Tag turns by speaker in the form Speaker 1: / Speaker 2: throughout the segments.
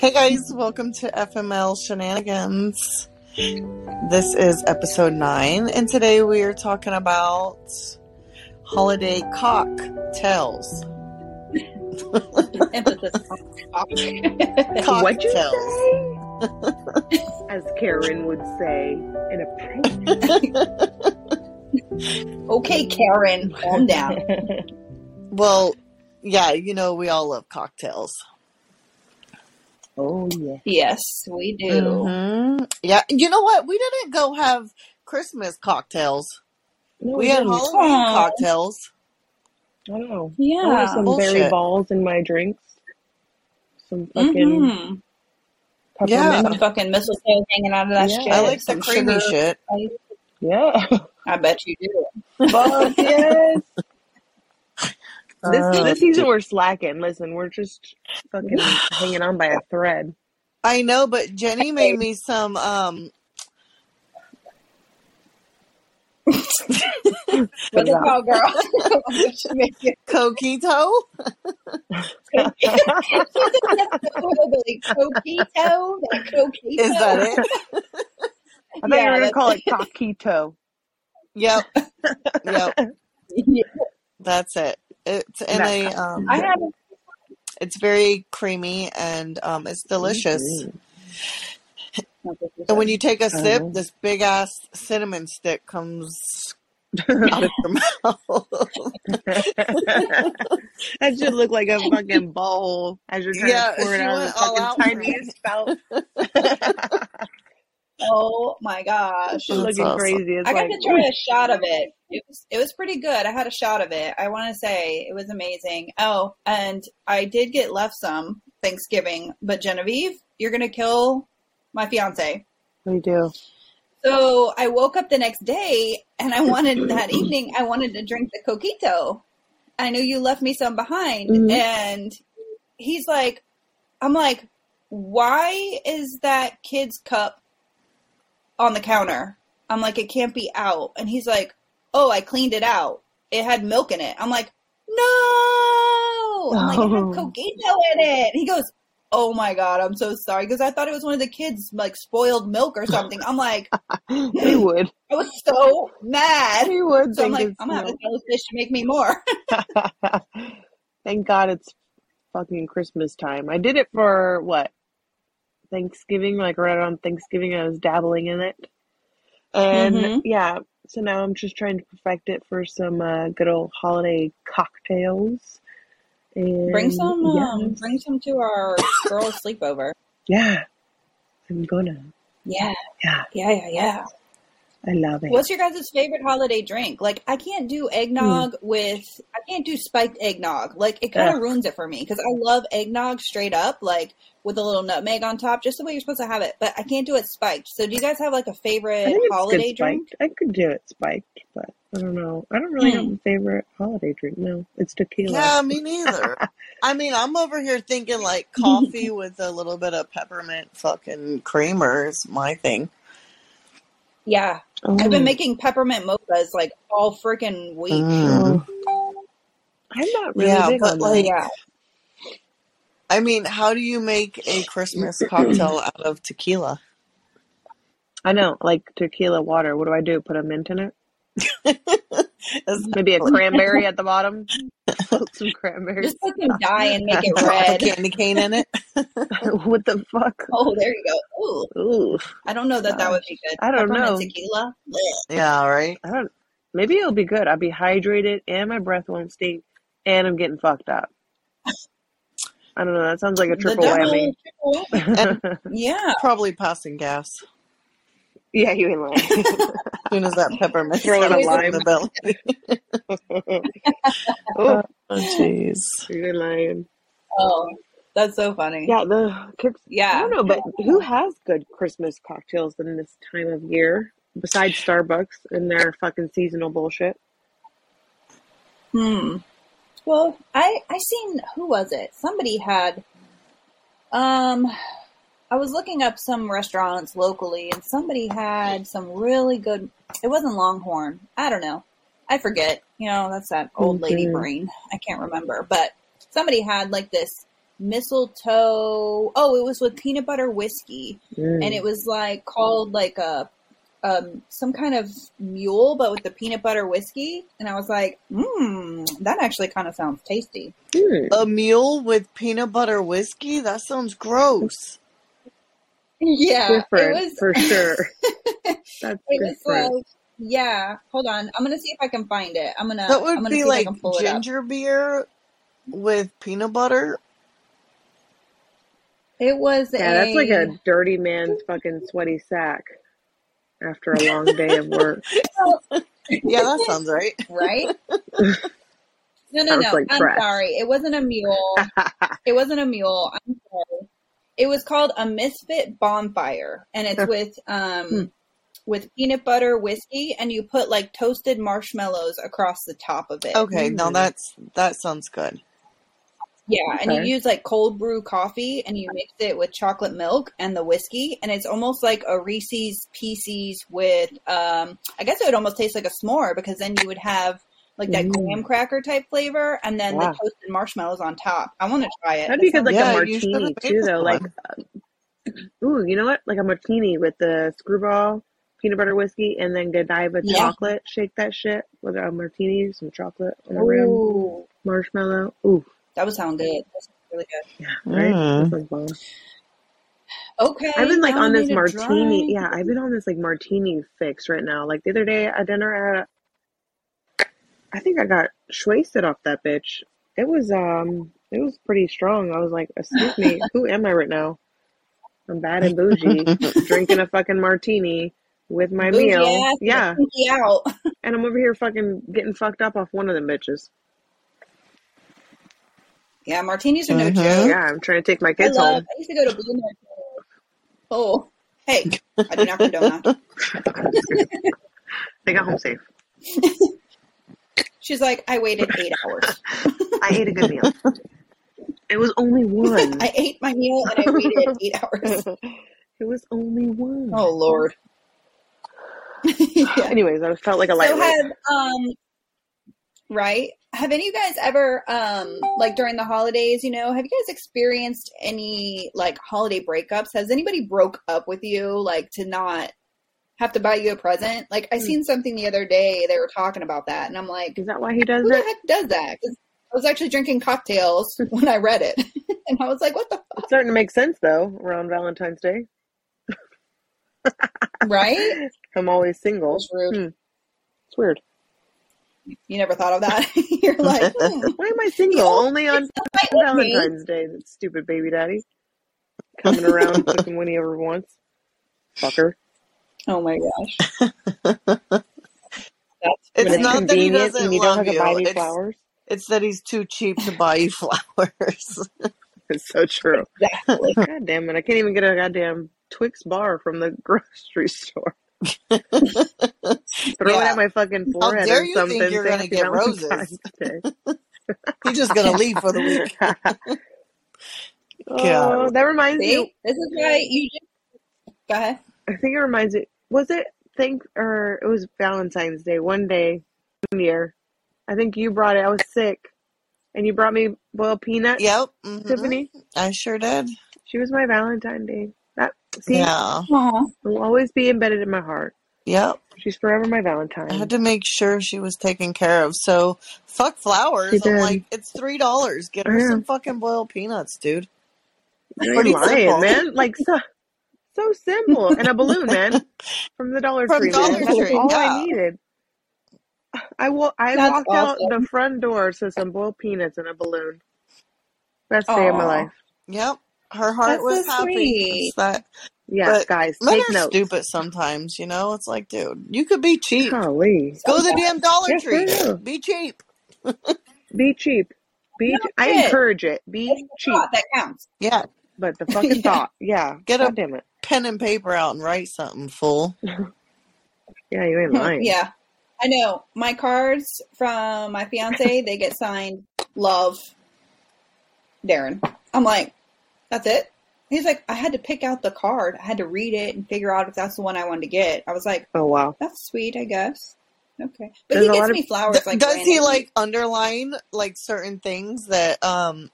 Speaker 1: Hey guys, welcome to FML Shenanigans. This is episode 9, and today we are talking about holiday cocktails.
Speaker 2: Emphasis on cock.
Speaker 3: What'd you
Speaker 1: Cocktails.
Speaker 3: As Karen would say, in a prank.
Speaker 2: okay, Karen, calm down.
Speaker 1: Well, yeah, you know, we all love cocktails.
Speaker 3: Oh yeah.
Speaker 2: Yes, we do.
Speaker 1: Mhm. Yeah, you know what? We didn't go have Christmas cocktails,
Speaker 3: No,
Speaker 1: we had
Speaker 3: no,
Speaker 1: Halloween
Speaker 2: Aw.
Speaker 1: cocktails.
Speaker 3: I don't know. I
Speaker 2: Yeah.
Speaker 3: wanted some
Speaker 1: Bullshit.
Speaker 3: berry balls in my drinks. Some fucking
Speaker 2: Mhm.
Speaker 3: peppermint.
Speaker 2: Some fucking mistletoe hanging out of that
Speaker 3: Yeah.
Speaker 2: shit.
Speaker 1: I like the
Speaker 2: some
Speaker 1: creamy
Speaker 2: sugar.
Speaker 1: shit.
Speaker 3: Yeah.
Speaker 2: I bet you do.
Speaker 3: Fuck yes. This,
Speaker 1: Uh,
Speaker 3: this season we're slacking. Listen, we're just fucking hanging on by a thread.
Speaker 1: I know, but Jenny made me some. um
Speaker 2: What's it called, girl?
Speaker 1: Coquito.
Speaker 2: Totally coquito. That coquito.
Speaker 1: Is that it?
Speaker 3: I thought you were gonna
Speaker 2: that's-
Speaker 3: call it coquito.
Speaker 1: Yep. Yep.
Speaker 2: Yeah.
Speaker 1: That's it. It's in
Speaker 3: That's
Speaker 1: a um
Speaker 2: I haven't.
Speaker 1: it's very creamy and um it's delicious. And when you take a sip,
Speaker 2: Uh-huh.
Speaker 3: Mhm.
Speaker 1: this big ass cinnamon stick comes
Speaker 3: Mm-hmm.
Speaker 1: out of your mouth.
Speaker 3: that should look like a fucking bowl as you're trying
Speaker 1: Yeah,
Speaker 3: to pour it
Speaker 1: she
Speaker 3: out
Speaker 1: went
Speaker 3: of the
Speaker 1: all
Speaker 3: fucking
Speaker 1: out for
Speaker 3: tiniest spout.
Speaker 2: Oh my gosh.
Speaker 1: That's
Speaker 3: looking
Speaker 1: awesome.
Speaker 3: crazy. It's
Speaker 2: I got
Speaker 3: like,
Speaker 2: to try a shot of it. It was it was pretty good. I had a shot of it. I want to say it was amazing. Oh, and I did get left some Thanksgiving, but Genevieve, you're gonna kill my fiance.
Speaker 3: what do you do?
Speaker 2: So I woke up the next day and I wanted that evening. I wanted to drink the coquito. I knew you left me some behind,
Speaker 3: Mhm.
Speaker 2: and he's like, I'm like, why is that kid's cup on the counter? I'm like, it can't be out. And he's like, oh, I cleaned it out. It had milk in it. I'm like, no. I'm like, it had
Speaker 3: Oh.
Speaker 2: coquito in it. He goes, oh my God, I'm so sorry. Because I thought it was one of the kids' like spoiled milk or something. I'm like,
Speaker 3: They would.
Speaker 2: I was so mad.
Speaker 3: They would.
Speaker 2: So I'm
Speaker 3: think
Speaker 2: like,
Speaker 3: it's
Speaker 2: I'm gonna have to
Speaker 3: milk.
Speaker 2: tell this fish to make me more.
Speaker 3: Thank God it's fucking Christmas time. I did it for what? Thanksgiving, like right around Thanksgiving, I was dabbling in it. And
Speaker 2: Mhm.
Speaker 3: yeah, so now I'm just trying to perfect it for some uh, good old holiday cocktails. And
Speaker 2: bring some, um,
Speaker 3: yes.
Speaker 2: bring some to our girls' sleepover.
Speaker 3: Yeah, I'm gonna.
Speaker 2: Yeah,
Speaker 3: Yeah,
Speaker 2: yeah, yeah, yeah.
Speaker 3: I love it.
Speaker 2: What's your guys' favorite holiday drink? Like, I can't do eggnog with, I can't do spiked eggnog. Like, it kind of
Speaker 3: Hmm. Ugh.
Speaker 2: ruins it for me because I love eggnog straight up, like with a little nutmeg on top, just the way you're supposed to have it. But I can't do it spiked. So, do you guys have like a
Speaker 3: I
Speaker 2: favorite
Speaker 3: think it's
Speaker 2: holiday
Speaker 3: good spiked.
Speaker 2: drink?
Speaker 3: I could do it spiked, but I don't know. I don't really have a favorite holiday drink. No, it's tequila.
Speaker 1: yeah, me neither. I mean, I'm over here thinking like coffee with a little bit of peppermint fucking creamer is my thing.
Speaker 2: Yeah,
Speaker 3: Oh,
Speaker 2: I've been making peppermint mochas like all freaking week.
Speaker 1: Mm.
Speaker 3: oh. I'm not really
Speaker 1: Yeah,
Speaker 3: big
Speaker 1: but
Speaker 3: on
Speaker 1: like-
Speaker 3: that.
Speaker 2: Yeah,
Speaker 1: I mean, how do you make a Christmas cocktail out of tequila?
Speaker 3: I know, like tequila water. What do I do? Put a mint in it?
Speaker 1: Is-
Speaker 3: Maybe a cranberry at the bottom. Float some cranberries.
Speaker 2: just put some dye and make it
Speaker 1: Put a
Speaker 2: red.
Speaker 1: candy cane in it.
Speaker 3: what the fuck?
Speaker 2: Oh, there you go. Ooh,
Speaker 3: Ooh,
Speaker 2: I don't know that that would be good.
Speaker 3: I don't
Speaker 2: Peppermint
Speaker 3: know.
Speaker 2: Tequila. Blech.
Speaker 1: Yeah, right.
Speaker 3: I don't. Maybe it'll be good. I'll be hydrated, and my breath won't stink, and I'm getting fucked up. I don't know. That sounds like a
Speaker 1: The
Speaker 3: triple
Speaker 1: devil-
Speaker 3: whammy.
Speaker 2: triple whammy. Yeah.
Speaker 1: Probably passing gas.
Speaker 3: yeah, you ain't lying.
Speaker 1: As soon as that peppermint
Speaker 3: Throw in a
Speaker 1: settles
Speaker 3: lime.
Speaker 1: the belly.
Speaker 3: oh,
Speaker 1: Oh, jeez.
Speaker 3: you're lying.
Speaker 2: Oh, that's so funny.
Speaker 3: Yeah, the kids. I
Speaker 2: Yeah.
Speaker 3: don't know, but who has good Christmas cocktails in this time of year besides Starbucks and their fucking seasonal bullshit?
Speaker 2: Hmm. Well, I I seen who was it? Somebody had. Um, I was looking up some restaurants locally, and somebody had some really good. It wasn't Longhorn. I don't know. I forget. You know, that's that old lady
Speaker 3: Mhm.
Speaker 2: brain. I can't remember, but somebody had like this mistletoe. Oh, it was with peanut butter whiskey,
Speaker 3: Mm.
Speaker 2: and it was like called like a um, some kind of mule, but with the peanut butter whiskey. And I was like, mmm, that actually kind of sounds tasty.
Speaker 3: Mm.
Speaker 1: A mule with peanut butter whiskey? That sounds gross.
Speaker 2: Yeah,
Speaker 3: different
Speaker 2: it was
Speaker 3: for sure. That's
Speaker 2: It was
Speaker 3: different.
Speaker 2: like, yeah. Hold on, I'm gonna see if I can find it. I'm gonna.
Speaker 1: that
Speaker 2: I'm
Speaker 1: would
Speaker 2: gonna see
Speaker 1: be
Speaker 2: if I
Speaker 1: like
Speaker 2: can pull it up.
Speaker 1: ginger beer with peanut butter.
Speaker 2: It was
Speaker 3: yeah,
Speaker 2: a.
Speaker 3: that's like a dirty man's fucking sweaty sack after a long day of work.
Speaker 1: Yeah, that sounds right.
Speaker 2: right? No, no,
Speaker 3: Sounds
Speaker 2: no.
Speaker 3: like
Speaker 2: I'm
Speaker 3: trash.
Speaker 2: sorry. It wasn't a mule. it wasn't a mule. I'm sorry. It was called a misfit bonfire, and it's with um
Speaker 1: Hmm.
Speaker 2: with peanut butter whiskey, and you put like toasted marshmallows across the top of it.
Speaker 1: Okay, now
Speaker 3: Mm.
Speaker 1: that's that sounds good.
Speaker 2: Yeah, and you
Speaker 3: Okay.
Speaker 2: use like cold brew coffee, and you mix it with chocolate milk and the whiskey, and it's almost like a Reese's Pieces with um. I guess it would almost taste like a s'more because then you would have. Like that
Speaker 3: Mm.
Speaker 2: graham cracker type flavor, and then
Speaker 3: Yeah.
Speaker 2: the toasted marshmallows on top. I want to try it. That
Speaker 3: That'd be good,
Speaker 2: sounds
Speaker 3: like
Speaker 1: yeah,
Speaker 3: a
Speaker 1: you should have
Speaker 3: martini
Speaker 1: made
Speaker 3: too,
Speaker 1: us
Speaker 3: though. Like, um,
Speaker 1: one.
Speaker 3: ooh, you know what? Like a martini with the screwball peanut butter whiskey, and then Godiva
Speaker 2: Yeah.
Speaker 3: chocolate. Shake that shit with a martini, some chocolate on a rim,
Speaker 2: Ooh,
Speaker 3: marshmallow. Ooh,
Speaker 2: that would sound good. That sounds really good.
Speaker 3: yeah, right. That
Speaker 1: Mm.
Speaker 3: sounds bomb.
Speaker 2: Okay,
Speaker 3: I've been like
Speaker 2: now I
Speaker 3: on this
Speaker 2: need a
Speaker 3: martini.
Speaker 2: drink.
Speaker 3: Yeah, I've been on this like martini fix right now. Like the other day at dinner at I think I got schwasted off that bitch. It was um it was pretty strong. I was like, excuse me, who am I right now? I'm bad and bougie, drinking a fucking martini with my
Speaker 2: Bougie
Speaker 3: meal.
Speaker 2: ass,
Speaker 3: Yeah.
Speaker 2: pinky out.
Speaker 3: And I'm over here fucking getting fucked up off one of them bitches.
Speaker 2: Yeah, martinis are no
Speaker 1: Mhm.
Speaker 3: Mm-hmm.
Speaker 2: joke.
Speaker 3: Yeah, I'm trying to take my
Speaker 2: I
Speaker 3: kids
Speaker 2: love.
Speaker 3: home.
Speaker 2: I used to go to Blue Martini. Oh, hey, I do not condone that.
Speaker 3: They got home safe.
Speaker 2: She's like, I waited eight hours.
Speaker 3: I ate a good meal. It was only one.
Speaker 2: I ate my meal and I waited eight hours.
Speaker 3: It was only one.
Speaker 2: Oh Lord. yeah.
Speaker 3: Anyways, I felt like a
Speaker 2: So
Speaker 3: lightweight.
Speaker 2: have um right? Have any of you guys ever um like during the holidays, you know, have you guys experienced any like holiday breakups? Has anybody broke up with you like to not have to buy you a present? Like I seen something the other day they were talking about that and I'm like,
Speaker 3: Is that why he does
Speaker 2: who the
Speaker 3: it?
Speaker 2: heck does that? 'Cause I was actually drinking cocktails when I read it. and I was like, what the
Speaker 3: It's starting to make sense though, around Valentine's Day.
Speaker 2: right?
Speaker 3: I'm always single.
Speaker 2: That's rude.
Speaker 3: Hmm. It's weird.
Speaker 2: You never thought of that. You're like, hmm,
Speaker 3: Why am I single?
Speaker 2: You always
Speaker 3: Only on
Speaker 2: might let me.
Speaker 3: Valentine's Day. That stupid baby daddy coming around fucking when he ever wants. Fucker.
Speaker 2: Oh my gosh. That's
Speaker 1: It's
Speaker 3: When it's
Speaker 2: funny.
Speaker 1: not that he
Speaker 3: convenient
Speaker 1: doesn't
Speaker 3: and you don't
Speaker 1: love
Speaker 3: have to buy
Speaker 1: you.
Speaker 3: me
Speaker 1: It's
Speaker 3: flowers.
Speaker 1: it's that he's too cheap to buy you flowers.
Speaker 3: It's so true.
Speaker 2: Exactly.
Speaker 3: God damn it. I can't even get a goddamn Twix bar from the grocery store. Throw it
Speaker 1: yeah.
Speaker 3: at my fucking
Speaker 1: How
Speaker 3: forehead
Speaker 1: dare
Speaker 3: or
Speaker 1: you think
Speaker 3: something.
Speaker 1: you're
Speaker 3: Say
Speaker 1: gonna
Speaker 3: happy
Speaker 1: get roses?
Speaker 3: Valentine's Day. Oh
Speaker 1: He's just gonna leave for the week. God.
Speaker 3: oh, that reminds me.
Speaker 2: See, this is why you just go ahead.
Speaker 3: I think it reminds me. Was it think or it was Valentine's Day? One day, one year. I think you brought it. I was sick, and you brought me boiled peanuts.
Speaker 1: Yep. hmm
Speaker 3: Tiffany,
Speaker 1: I sure did.
Speaker 3: she was my Valentine Day. That see,
Speaker 1: Yeah.
Speaker 2: Aw.
Speaker 3: will always be embedded in my heart.
Speaker 1: Yep.
Speaker 3: She's forever my
Speaker 1: I had
Speaker 3: Valentine.
Speaker 1: to make sure she was taken care of. So fuck
Speaker 3: She
Speaker 1: flowers. I'm
Speaker 3: did.
Speaker 1: like, it's three dollars. Get
Speaker 3: I
Speaker 1: her some
Speaker 3: know.
Speaker 1: fucking boiled peanuts, dude.
Speaker 3: You ain't
Speaker 1: Pretty
Speaker 3: lying,
Speaker 1: simple.
Speaker 3: man. Like so, so simple. And a balloon, man, from the Dollar
Speaker 1: From
Speaker 3: Tree, man.
Speaker 1: Dollar
Speaker 3: That's
Speaker 1: Tree,
Speaker 3: all I
Speaker 1: yeah.
Speaker 3: needed. I wa- I
Speaker 2: That's
Speaker 3: walked out the
Speaker 2: awesome.
Speaker 3: front door to some boiled peanuts and a balloon. Best day of my
Speaker 2: Aw.
Speaker 3: life.
Speaker 1: Yep. Her heart
Speaker 2: That's so
Speaker 1: was happy. It's
Speaker 2: sweet.
Speaker 1: that
Speaker 3: Yeah,
Speaker 1: But
Speaker 3: guys,
Speaker 1: men
Speaker 3: take
Speaker 1: are
Speaker 3: notes.
Speaker 1: stupid sometimes, you know? It's like, dude, you could be cheap.
Speaker 3: Golly.
Speaker 1: Go to the damn Dollar
Speaker 3: Yeah, for
Speaker 1: Tree.
Speaker 3: real.
Speaker 1: Be cheap.
Speaker 3: Be cheap. Be.
Speaker 2: No
Speaker 3: I
Speaker 2: shit.
Speaker 3: encourage it.
Speaker 2: It's
Speaker 3: Be
Speaker 2: the
Speaker 3: cheap.
Speaker 2: thought that counts.
Speaker 1: Yeah.
Speaker 3: But the fucking
Speaker 2: yeah.
Speaker 3: thought. Yeah.
Speaker 1: Get
Speaker 3: God
Speaker 1: a
Speaker 3: damn it.
Speaker 1: pen and paper out and write something, fool.
Speaker 3: Yeah, you ain't lying.
Speaker 2: yeah. I know. My cards from my fiance, they get signed love Darren. I'm like, that's it? He's like, I had to pick out the card. I had to read it and figure out if that's the one I wanted to get. I was like,
Speaker 3: Oh wow.
Speaker 2: that's sweet, I guess. Okay. But
Speaker 3: There's
Speaker 2: he
Speaker 3: a
Speaker 2: gets
Speaker 3: lot of.
Speaker 2: me
Speaker 1: D-
Speaker 2: flowers like
Speaker 1: does he
Speaker 2: randomly.
Speaker 1: like underline like certain things that um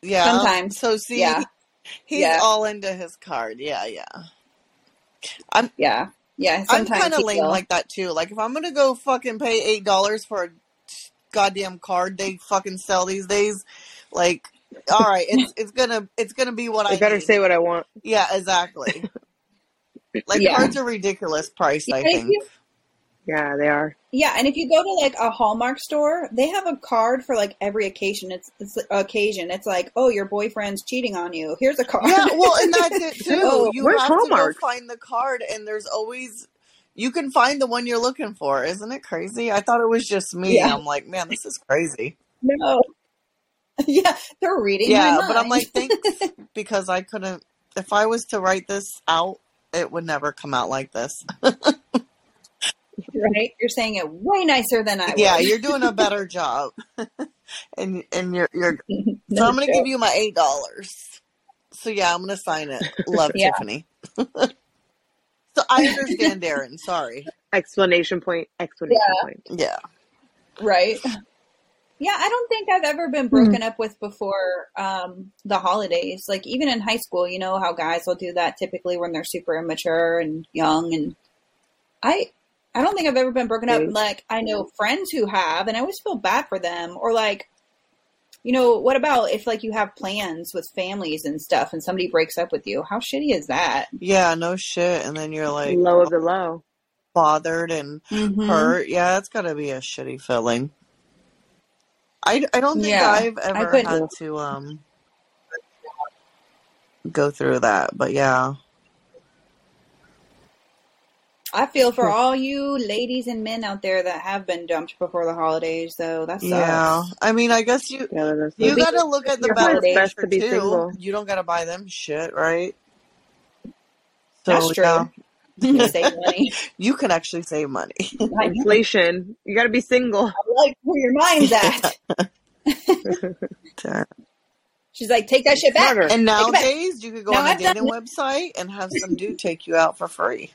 Speaker 1: Yeah.
Speaker 2: Sometimes.
Speaker 1: So see,
Speaker 2: yeah,
Speaker 1: he's
Speaker 2: Yeah.
Speaker 1: all into his card. Yeah, yeah. I'm
Speaker 2: yeah, yeah.
Speaker 1: I'm
Speaker 2: Sometimes
Speaker 1: kind of
Speaker 2: he
Speaker 1: lame
Speaker 2: will.
Speaker 1: like that too. Like if I'm gonna go fucking pay eight dollars for a goddamn card they fucking sell these days, like, all right, it's it's gonna it's gonna be what
Speaker 3: It
Speaker 1: I
Speaker 3: better
Speaker 1: need.
Speaker 3: say what I want.
Speaker 1: Yeah, exactly. Like
Speaker 2: Yeah.
Speaker 1: cards are ridiculous priced.
Speaker 2: Yeah,
Speaker 1: I
Speaker 2: and if
Speaker 1: think.
Speaker 2: you
Speaker 3: Yeah, they are.
Speaker 2: yeah, and if you go to like a Hallmark store, they have a card for like every occasion. It's it's occasion. It's like, oh, your boyfriend's cheating on you. Here's a card.
Speaker 1: Yeah, well, and that's it too.
Speaker 2: oh,
Speaker 1: You
Speaker 3: Where's
Speaker 1: have to go
Speaker 3: Hallmark?
Speaker 1: find the card, and there's always you can find the one you're looking for. Isn't it crazy? I thought it was just me.
Speaker 2: yeah,
Speaker 1: I'm like, man, this is crazy.
Speaker 3: No.
Speaker 2: oh, yeah. They're reading my
Speaker 1: Yeah, but I'm
Speaker 2: mind.
Speaker 1: like, thanks because I couldn't. If I was to write this out, it would never come out like this.
Speaker 2: Right? You're saying it way nicer than I
Speaker 1: Yeah,
Speaker 2: would.
Speaker 1: you're doing a better job, and and you're you're. So
Speaker 2: no
Speaker 1: I'm gonna give
Speaker 2: joke.
Speaker 1: you my eight dollars. So yeah, I'm gonna sign it. Love
Speaker 2: Yeah.
Speaker 1: Tiffany. So I understand Darren. Sorry.
Speaker 3: Explanation point.
Speaker 2: yeah.
Speaker 3: Explanation point.
Speaker 1: Yeah.
Speaker 2: Right. Yeah, I don't think I've ever been
Speaker 3: Hmm.
Speaker 2: broken up with before um, the holidays. Like even in high school, you know how guys will do that typically when they're super immature and young. And I, I don't think I've ever been broken up.
Speaker 3: Right.
Speaker 2: Like I know friends who have, and I always feel bad for them. Or like, you know, what about if like you have plans with families and stuff, and somebody breaks up with you? How shitty is that?
Speaker 1: Yeah. No shit. And then you're like oh.
Speaker 3: Low of the low.
Speaker 1: bothered and
Speaker 2: hmm
Speaker 1: hurt. Yeah, it's gotta be a shitty feeling. I I don't think
Speaker 2: Yeah,
Speaker 1: I've
Speaker 2: I
Speaker 1: ever
Speaker 2: couldn't.
Speaker 1: had
Speaker 3: Ugh.
Speaker 1: to um go through that, but yeah.
Speaker 2: I feel for all you ladies and men out there that have been dumped before the holidays, though. That
Speaker 1: Yeah.
Speaker 2: sucks.
Speaker 1: I mean, I guess you
Speaker 3: Yeah, that does
Speaker 2: We're
Speaker 1: you
Speaker 2: being
Speaker 3: suck.
Speaker 1: gotta look at the
Speaker 2: your
Speaker 1: better
Speaker 3: It's
Speaker 2: holiday.
Speaker 3: best
Speaker 1: picture
Speaker 3: to be
Speaker 1: too.
Speaker 3: single.
Speaker 1: You don't gotta buy them shit, right?
Speaker 2: That's
Speaker 1: So yeah.
Speaker 2: true. You save money.
Speaker 1: you can actually save money.
Speaker 2: I know.
Speaker 3: Inflation. You got to be single.
Speaker 2: I like where your mind's at. She's like, take that shit back.
Speaker 3: Smarter.
Speaker 1: And
Speaker 2: Take it back.
Speaker 1: nowadays, you could go
Speaker 2: Now
Speaker 1: on a
Speaker 2: I've done
Speaker 1: dating website and have some dude take you out for free.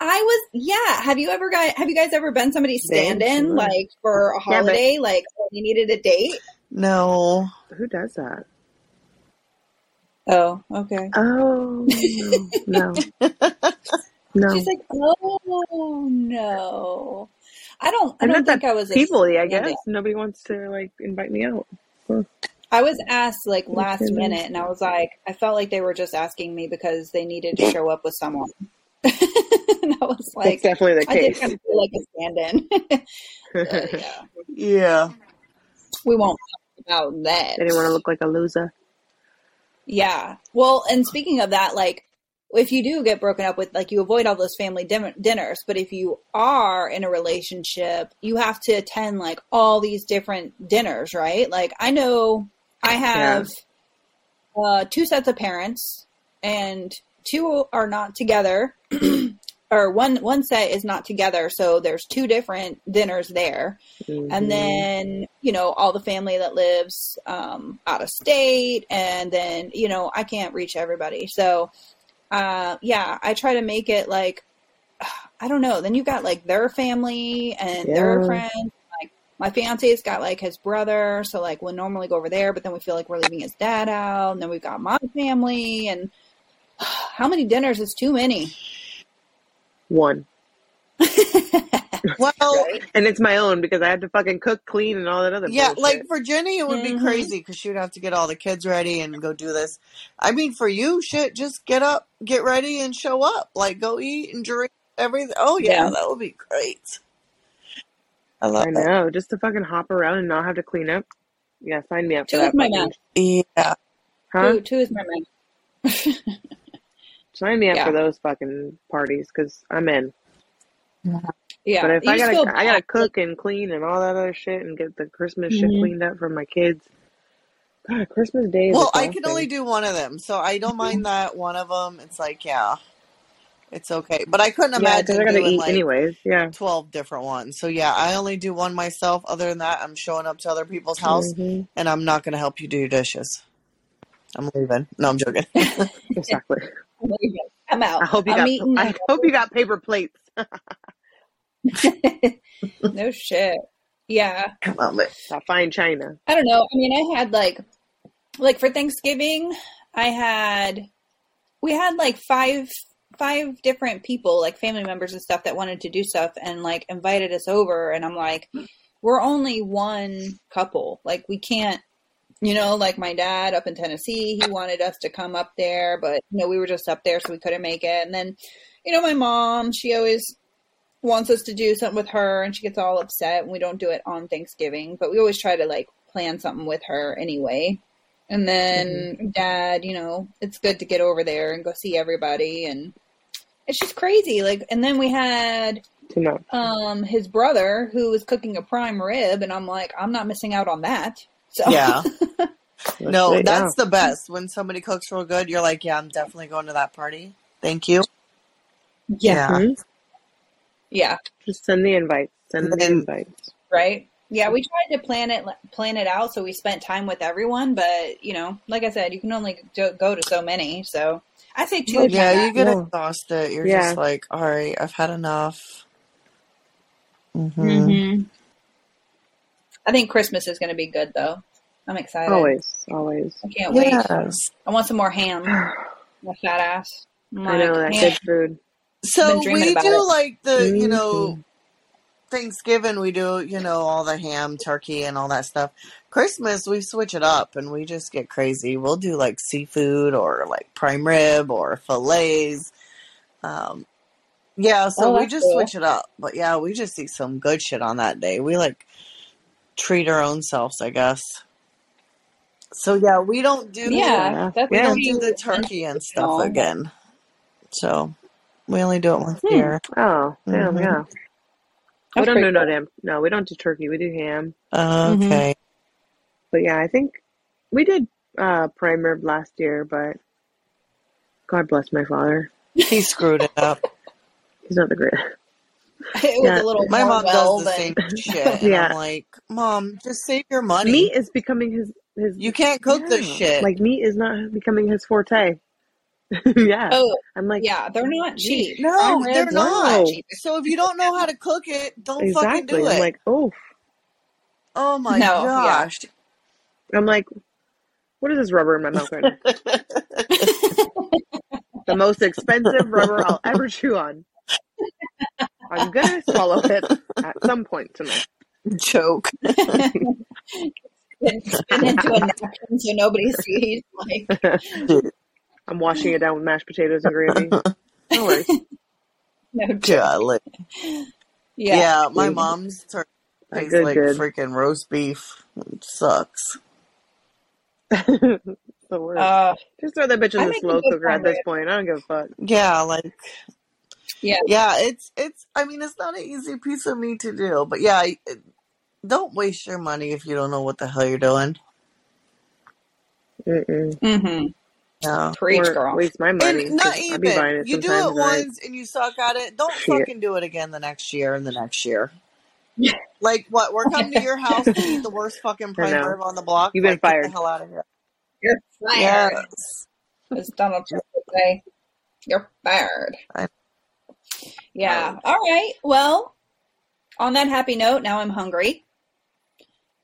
Speaker 2: I was, yeah. Have you ever guys, have you guys ever been somebody's
Speaker 1: Babe,
Speaker 2: stand-in
Speaker 1: sure.
Speaker 2: like for a
Speaker 3: Yeah, but
Speaker 2: holiday? Like oh, you needed a date?
Speaker 1: No.
Speaker 3: who does that?
Speaker 2: Oh, okay.
Speaker 3: Oh, no. No.
Speaker 2: She's
Speaker 3: No.
Speaker 2: like, oh no. I don't, I
Speaker 3: I
Speaker 2: don't
Speaker 3: meant that
Speaker 2: think I was a
Speaker 3: feebly, I
Speaker 2: stand-in.
Speaker 3: guess. Nobody wants to, like, invite me out. Huh.
Speaker 2: I was asked like
Speaker 3: Those
Speaker 2: last
Speaker 3: stand-ins.
Speaker 2: minute and I was like, I felt like they were just asking me because they needed to show up with someone. and I was
Speaker 3: That's
Speaker 2: like,
Speaker 3: definitely the
Speaker 2: I did kind
Speaker 3: case.
Speaker 2: of feel like a stand-in. so yeah,
Speaker 1: Yeah.
Speaker 2: we won't talk about that.
Speaker 3: They didn't want to look like a loser.
Speaker 2: Yeah. Well, and speaking of that, like if you do get broken up with, like you avoid all those family din dinners, but if you are in a relationship, you have to attend like all these different dinners, right? Like I know I
Speaker 3: Yeah.
Speaker 2: have uh, two sets of parents, and two are not together, or one one set is not together. So there's two different dinners there, and
Speaker 3: hmm
Speaker 2: then you know all the family that lives um, out of state, and then you know I can't reach everybody. So uh, yeah, I try to make it like I don't know. Then you've got like their family and their
Speaker 3: Yeah.
Speaker 2: friends. Like my fiance's got like his brother, so like we'll normally go over there, but then we feel like we're leaving his dad out, and then we've got my family and how many dinners is too many?
Speaker 3: One.
Speaker 1: Well,
Speaker 2: Right?
Speaker 3: And it's my own because I had to fucking cook, clean, and all that other
Speaker 1: yeah, like
Speaker 3: bullshit. Mm-hmm.
Speaker 1: for Jenny, it would be
Speaker 2: hmm
Speaker 1: crazy because she would have to get all the kids ready and go do this. I mean, for you, shit, just get up, get ready, and show up. Like, go eat and drink everything. Oh,
Speaker 2: Yeah.
Speaker 1: yeah, that would be great. I love
Speaker 3: I
Speaker 1: it.
Speaker 3: know. Just to fucking hop around and not have to clean up. Yeah, sign me up for
Speaker 2: Two is
Speaker 3: that
Speaker 2: my
Speaker 3: fucking.
Speaker 2: max.
Speaker 1: Yeah.
Speaker 3: Huh?
Speaker 2: Two two is my max.
Speaker 3: Sign me up
Speaker 2: Yeah.
Speaker 3: for those fucking parties because I'm in. But
Speaker 2: Yeah.
Speaker 3: if
Speaker 2: You
Speaker 3: I
Speaker 2: just
Speaker 3: gotta,
Speaker 2: feel
Speaker 3: I gotta
Speaker 2: bad. Like,
Speaker 3: cook and clean and all that other shit and get the Christmas shit
Speaker 2: Mhm.
Speaker 3: cleaned up for my kids. God, Christmas Day is
Speaker 1: Well, I can only
Speaker 3: exhausting.
Speaker 1: do
Speaker 3: Mm-hmm.
Speaker 1: one of them, so I don't mind that one of them. It's like, yeah, it's okay. But I couldn't
Speaker 3: Yeah, because I
Speaker 1: imagine
Speaker 3: gotta
Speaker 1: doing
Speaker 3: eat
Speaker 1: like
Speaker 3: anyways. Yeah.
Speaker 1: 12 different ones. So yeah, I only do one myself. Other than that, I'm showing up to other people's house
Speaker 3: hmm
Speaker 1: and I'm not going to help you do your dishes. I'm leaving. No, I'm joking.
Speaker 3: Exactly.
Speaker 2: I'm leaving. I'm
Speaker 3: I
Speaker 2: out.
Speaker 3: hope you
Speaker 2: I'm
Speaker 3: got.
Speaker 2: eating
Speaker 3: I hope you got paper plates.
Speaker 2: no shit. Yeah.
Speaker 1: I love it.
Speaker 3: That fine china.
Speaker 2: I don't know. I mean, I had like, like for Thanksgiving, I had, we had like five, five different people, like family members and stuff that wanted to do stuff and like invited us over. And I'm like, we're only one couple. Like we can't, you know, like my dad up in Tennessee, he wanted us to come up there, but you know, we were just up there, so we couldn't make it. And then, you know, my mom, she always wants us to do something with her and she gets all upset and we don't do it on Thanksgiving, but we always try to like plan something with her anyway. And then dad, you know, it's good to get over there and go see everybody and it's just crazy. Like and then we had
Speaker 3: Too much.
Speaker 2: um his brother who was cooking a prime rib and I'm like, I'm not missing out on that. So
Speaker 1: Yeah.
Speaker 3: That's
Speaker 1: No,
Speaker 3: it,
Speaker 1: that's the best. When somebody cooks real good, you're like, yeah, I'm definitely going to that party. Thank you.
Speaker 2: yeah.
Speaker 3: yeah. Mhm.
Speaker 2: Yeah.
Speaker 3: Just send the invites. Send the
Speaker 1: Then-
Speaker 3: invites.
Speaker 2: Right. Yeah, we tried to plan it plan it out so we spent time with everyone, but you know, like I said, you can only go, go to so many. So I say two.
Speaker 3: Well,
Speaker 2: would be
Speaker 1: Yeah, you uh,
Speaker 2: max.
Speaker 1: get
Speaker 3: Yeah.
Speaker 1: exhausted. You're
Speaker 3: Yeah.
Speaker 1: just like, all right, I've had enough. hmm
Speaker 2: hmm I think Christmas is going to be good though. I'm
Speaker 1: Oh,
Speaker 2: excited.
Speaker 3: Always. Always.
Speaker 2: I can't wait.
Speaker 1: Yes.
Speaker 2: I want some more ham.
Speaker 3: I
Speaker 2: My fat ass. I'm
Speaker 3: know
Speaker 2: like,
Speaker 3: that
Speaker 2: man,
Speaker 3: good food.
Speaker 2: I've been
Speaker 1: So
Speaker 2: dreaming
Speaker 1: we
Speaker 2: about
Speaker 1: do
Speaker 2: it.
Speaker 1: like the, you know,
Speaker 3: Mm-hmm.
Speaker 1: Thanksgiving we do, you know, all the ham, turkey, and all that stuff. Christmas we switch it up and we just get crazy. We'll do like seafood or like prime rib or fillets. Um, yeah, so
Speaker 2: Oh,
Speaker 1: we
Speaker 2: that's
Speaker 1: just
Speaker 2: cool.
Speaker 1: switch it up. But yeah, we just eat some good shit on that day. We like treat our own selves, I guess. So yeah, we don't do
Speaker 2: Yeah,
Speaker 3: Yeah.
Speaker 2: that's
Speaker 1: we
Speaker 3: Yeah.
Speaker 1: don't do
Speaker 2: pretty
Speaker 1: the turkey and stuff
Speaker 2: untraditional. But
Speaker 1: again. So we only do it once a
Speaker 3: Hmm.
Speaker 1: year.
Speaker 3: Oh, damn.
Speaker 1: hmm
Speaker 3: Yeah. We
Speaker 2: that's
Speaker 3: don't
Speaker 2: pretty
Speaker 3: do no
Speaker 2: cool.
Speaker 3: damn. No, we don't do turkey. We do ham.
Speaker 4: Mm-hmm.
Speaker 1: Okay.
Speaker 3: But yeah, I think we did uh, prime rib last year, but God bless my father.
Speaker 1: He screwed it up.
Speaker 3: He's not the great.
Speaker 2: It was
Speaker 3: Yeah.
Speaker 2: a little
Speaker 1: My
Speaker 2: more
Speaker 1: mom does
Speaker 2: well
Speaker 1: the
Speaker 2: than
Speaker 1: same shit, and I'm
Speaker 3: Yeah.
Speaker 1: like, Mom, just save your money.
Speaker 3: Meat is becoming his, his,
Speaker 1: You can't cook this
Speaker 3: yeah.
Speaker 1: shit.
Speaker 3: Like meat is not becoming his forte. yeah.
Speaker 2: Oh,
Speaker 3: I'm like,
Speaker 2: yeah, they're not
Speaker 3: yeesh.
Speaker 2: cheap. Prime
Speaker 1: No, they're
Speaker 2: ribs are not
Speaker 1: not.
Speaker 3: No.
Speaker 2: cheap.
Speaker 1: So if you don't know how to cook it, don't fucking
Speaker 3: Exactly.
Speaker 1: do
Speaker 3: I'm
Speaker 1: it.
Speaker 3: like, oh.
Speaker 1: Oh my
Speaker 2: No, yeah.
Speaker 1: gosh.
Speaker 3: I'm like, what is this rubber in my mouth right now? The most expensive rubber I'll ever chew on. I'm gonna swallow it at some point tonight.
Speaker 1: Joke.
Speaker 2: spin, spin into a napkin so nobody sees. Like,
Speaker 1: Dude.
Speaker 3: I'm washing it down with mashed potatoes and gravy. No worries.
Speaker 2: no joke.
Speaker 1: Golly.
Speaker 2: Yeah.
Speaker 1: Yeah, my
Speaker 3: Dude,
Speaker 1: mom's turkey
Speaker 3: that
Speaker 1: tastes
Speaker 3: good,
Speaker 1: like
Speaker 3: good.
Speaker 1: freaking roast beef. It sucks.
Speaker 3: the worst.
Speaker 2: Uh,
Speaker 3: Just throw that bitch in
Speaker 2: I
Speaker 3: the
Speaker 2: make a
Speaker 3: slow
Speaker 2: good
Speaker 3: cooker
Speaker 2: prime
Speaker 3: at
Speaker 2: rib.
Speaker 3: this point. I don't give a fuck.
Speaker 1: Yeah, like
Speaker 2: Yeah.
Speaker 1: yeah, it's it's I mean, it's not an easy piece of meat to do, but yeah, it- don't waste your money if you don't know what the hell you're doing.
Speaker 3: Mm-mm.
Speaker 2: Mm-hmm.
Speaker 1: Yeah.
Speaker 2: Preach,
Speaker 3: Or
Speaker 2: girl.
Speaker 3: waste my
Speaker 1: And
Speaker 3: money
Speaker 1: not
Speaker 3: because I be
Speaker 1: even.
Speaker 3: buying it
Speaker 1: You do
Speaker 3: sometimes
Speaker 1: it
Speaker 3: and I
Speaker 1: once and you suck at it. Don't
Speaker 3: shit.
Speaker 1: fucking do it again the next year and the next year. Like what? We're coming to your house to eat the worst fucking
Speaker 3: I
Speaker 1: prime
Speaker 3: know.
Speaker 1: rib on the block.
Speaker 3: You've been
Speaker 1: Like get the
Speaker 3: fired.
Speaker 1: hell out of here.
Speaker 2: You're fired,
Speaker 1: Yes.
Speaker 2: as Donald Trump would say. You're fired.
Speaker 1: I,
Speaker 2: Yeah.
Speaker 3: Fired.
Speaker 2: All right. Well, on that happy note, now I'm hungry.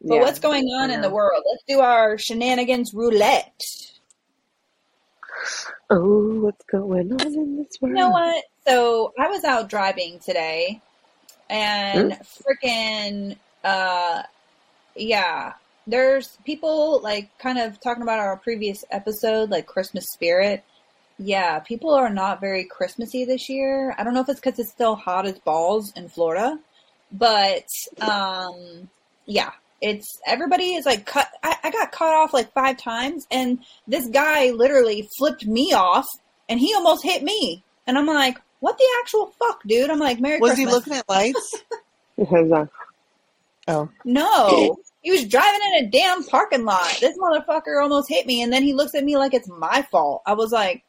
Speaker 2: But
Speaker 3: Yeah,
Speaker 2: what's going
Speaker 3: I
Speaker 2: on in the
Speaker 3: know.
Speaker 2: world? Let's do our shenanigans roulette.
Speaker 3: Oh, what's going on in this
Speaker 2: You know
Speaker 3: world?
Speaker 2: what? So I was out driving today
Speaker 3: Hmm?
Speaker 2: and freaking uh yeah there's people like kind of talking about our previous episode like christmas spirit yeah people are not very christmassy this year i don't know if it's because it's still hot as balls in florida but um yeah it's everybody is like cut I, I got cut off like five times and this guy literally flipped me off and he almost hit me and i'm like what the actual fuck dude i'm like merry
Speaker 1: was he
Speaker 2: christmas
Speaker 1: looking at lights?
Speaker 3: Because, uh,
Speaker 1: Oh.
Speaker 2: no, he was driving in a damn parking lot. This motherfucker almost hit me, and then he looks at me like it's my fault. I was like,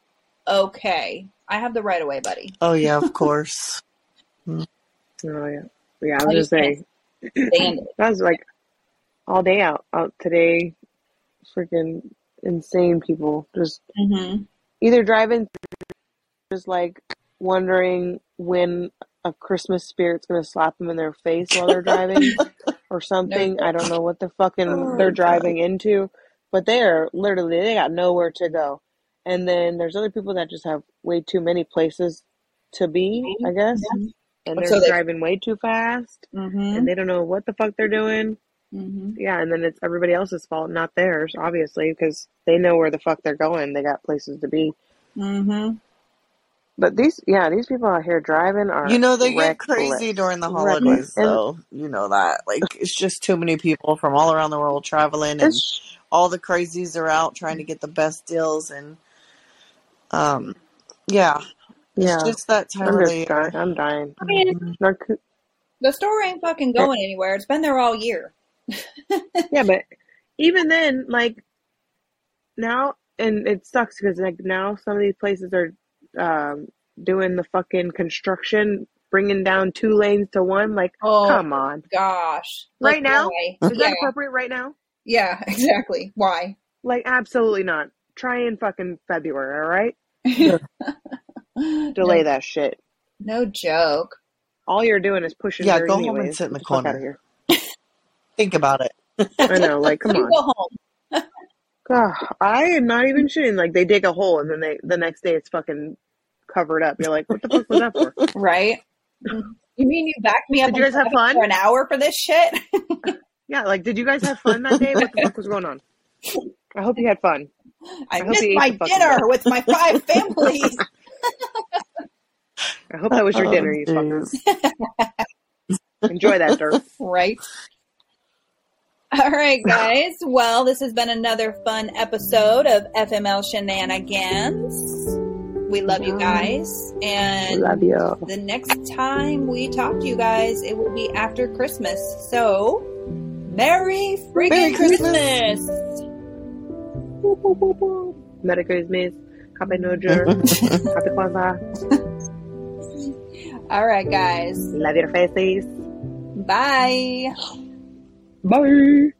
Speaker 2: okay, I have the right of way, buddy.
Speaker 1: Oh yeah, of course. Mm.
Speaker 3: oh yeah. Yeah, I
Speaker 2: I
Speaker 3: was
Speaker 2: just
Speaker 3: just
Speaker 2: can't
Speaker 3: saying.
Speaker 2: stand it.
Speaker 3: That was like all day out. Out today, freaking insane people just
Speaker 2: hmm
Speaker 3: either driving, just like wondering when a Christmas spirit's gonna slap them in their face while they're driving or
Speaker 2: No.
Speaker 3: something. I don't know what the fucking they're
Speaker 1: Oh god.
Speaker 3: driving into, but they are literally they got nowhere to go. And then there's other people that just have way too many places to be, I guess,
Speaker 2: Mhm.
Speaker 3: and they're
Speaker 2: So they.
Speaker 3: driving way too fast
Speaker 2: hmm
Speaker 3: and they don't know what the fuck they're doing.
Speaker 2: hmm
Speaker 3: Yeah, and then it's everybody else's fault, not theirs, obviously, because they know where the fuck they're going. They got places to be.
Speaker 2: hmm
Speaker 3: But these, yeah, these people out here driving
Speaker 1: You
Speaker 3: are
Speaker 1: know they get crazy
Speaker 3: reckless,
Speaker 1: during the
Speaker 3: reckless,
Speaker 1: holidays
Speaker 3: and
Speaker 1: though. You know that. Like it's just too many people from all around the world traveling and
Speaker 3: it's
Speaker 1: all the crazies are out trying to get the best deals and um yeah, it's
Speaker 3: yeah.
Speaker 1: just that time
Speaker 3: I'm
Speaker 1: of the
Speaker 3: just dying.
Speaker 1: year.
Speaker 3: I'm dying.
Speaker 2: I mean,
Speaker 1: Mhm.
Speaker 3: Narco-
Speaker 2: the store ain't fucking going anywhere. It's been there all year.
Speaker 3: yeah, but even then, like now, and it sucks because like now some of these places are um, doing the fucking construction, bringing down two lanes to one. Like,
Speaker 2: Oh
Speaker 3: come on,
Speaker 2: gosh. Like
Speaker 3: right now
Speaker 2: why?
Speaker 3: is
Speaker 2: Yeah.
Speaker 3: that appropriate? Right now,
Speaker 2: Yeah, exactly. Why?
Speaker 3: like absolutely not. Try in fucking February, all right?
Speaker 2: No
Speaker 3: Delay that shit.
Speaker 2: no joke.
Speaker 3: All you're doing is pushing
Speaker 1: Yeah,
Speaker 3: dirt,
Speaker 1: go home and
Speaker 3: anyways.
Speaker 1: sit in
Speaker 3: Get
Speaker 1: the
Speaker 3: the fuck out of
Speaker 1: corner.
Speaker 3: here.
Speaker 1: Think about it.
Speaker 3: I know, like, come
Speaker 2: You
Speaker 3: on.
Speaker 2: go home.
Speaker 3: God, I am not even shitting. Like they dig a hole and then they the next day it's fucking covered up. You're like, what the fuck was that for?
Speaker 2: Right? Mhm. You mean you backed me up
Speaker 3: Did you
Speaker 2: on
Speaker 3: guys have
Speaker 2: driving
Speaker 3: fun?
Speaker 2: for an hour for this shit?
Speaker 3: Yeah, like did you guys have fun that day? What the fuck was going on? I hope you had fun.
Speaker 2: I
Speaker 3: I hope
Speaker 2: missed
Speaker 3: you ate
Speaker 2: my
Speaker 3: the fucking
Speaker 2: dinner
Speaker 3: dinner.
Speaker 2: with my five families.
Speaker 3: I hope that was your
Speaker 1: Oh
Speaker 3: dinner, you fucker.
Speaker 1: jeez.
Speaker 3: Enjoy that dirt.
Speaker 2: Right? All right, guys. Well, this has been another fun episode of FML Shenanigans. We love you
Speaker 3: Yeah.
Speaker 2: guys. And
Speaker 3: Love you.
Speaker 2: the next time we talk to you guys, it will be after Christmas. So, Merry
Speaker 1: Merry
Speaker 2: freaking
Speaker 1: Christmas.
Speaker 2: Christmas!
Speaker 3: Boop, boop, boop, boop. Merry Christmas. Happy New Year. Happy Kwanzaa.
Speaker 2: All right, guys.
Speaker 3: Love your faces.
Speaker 2: Bye.
Speaker 3: Bye.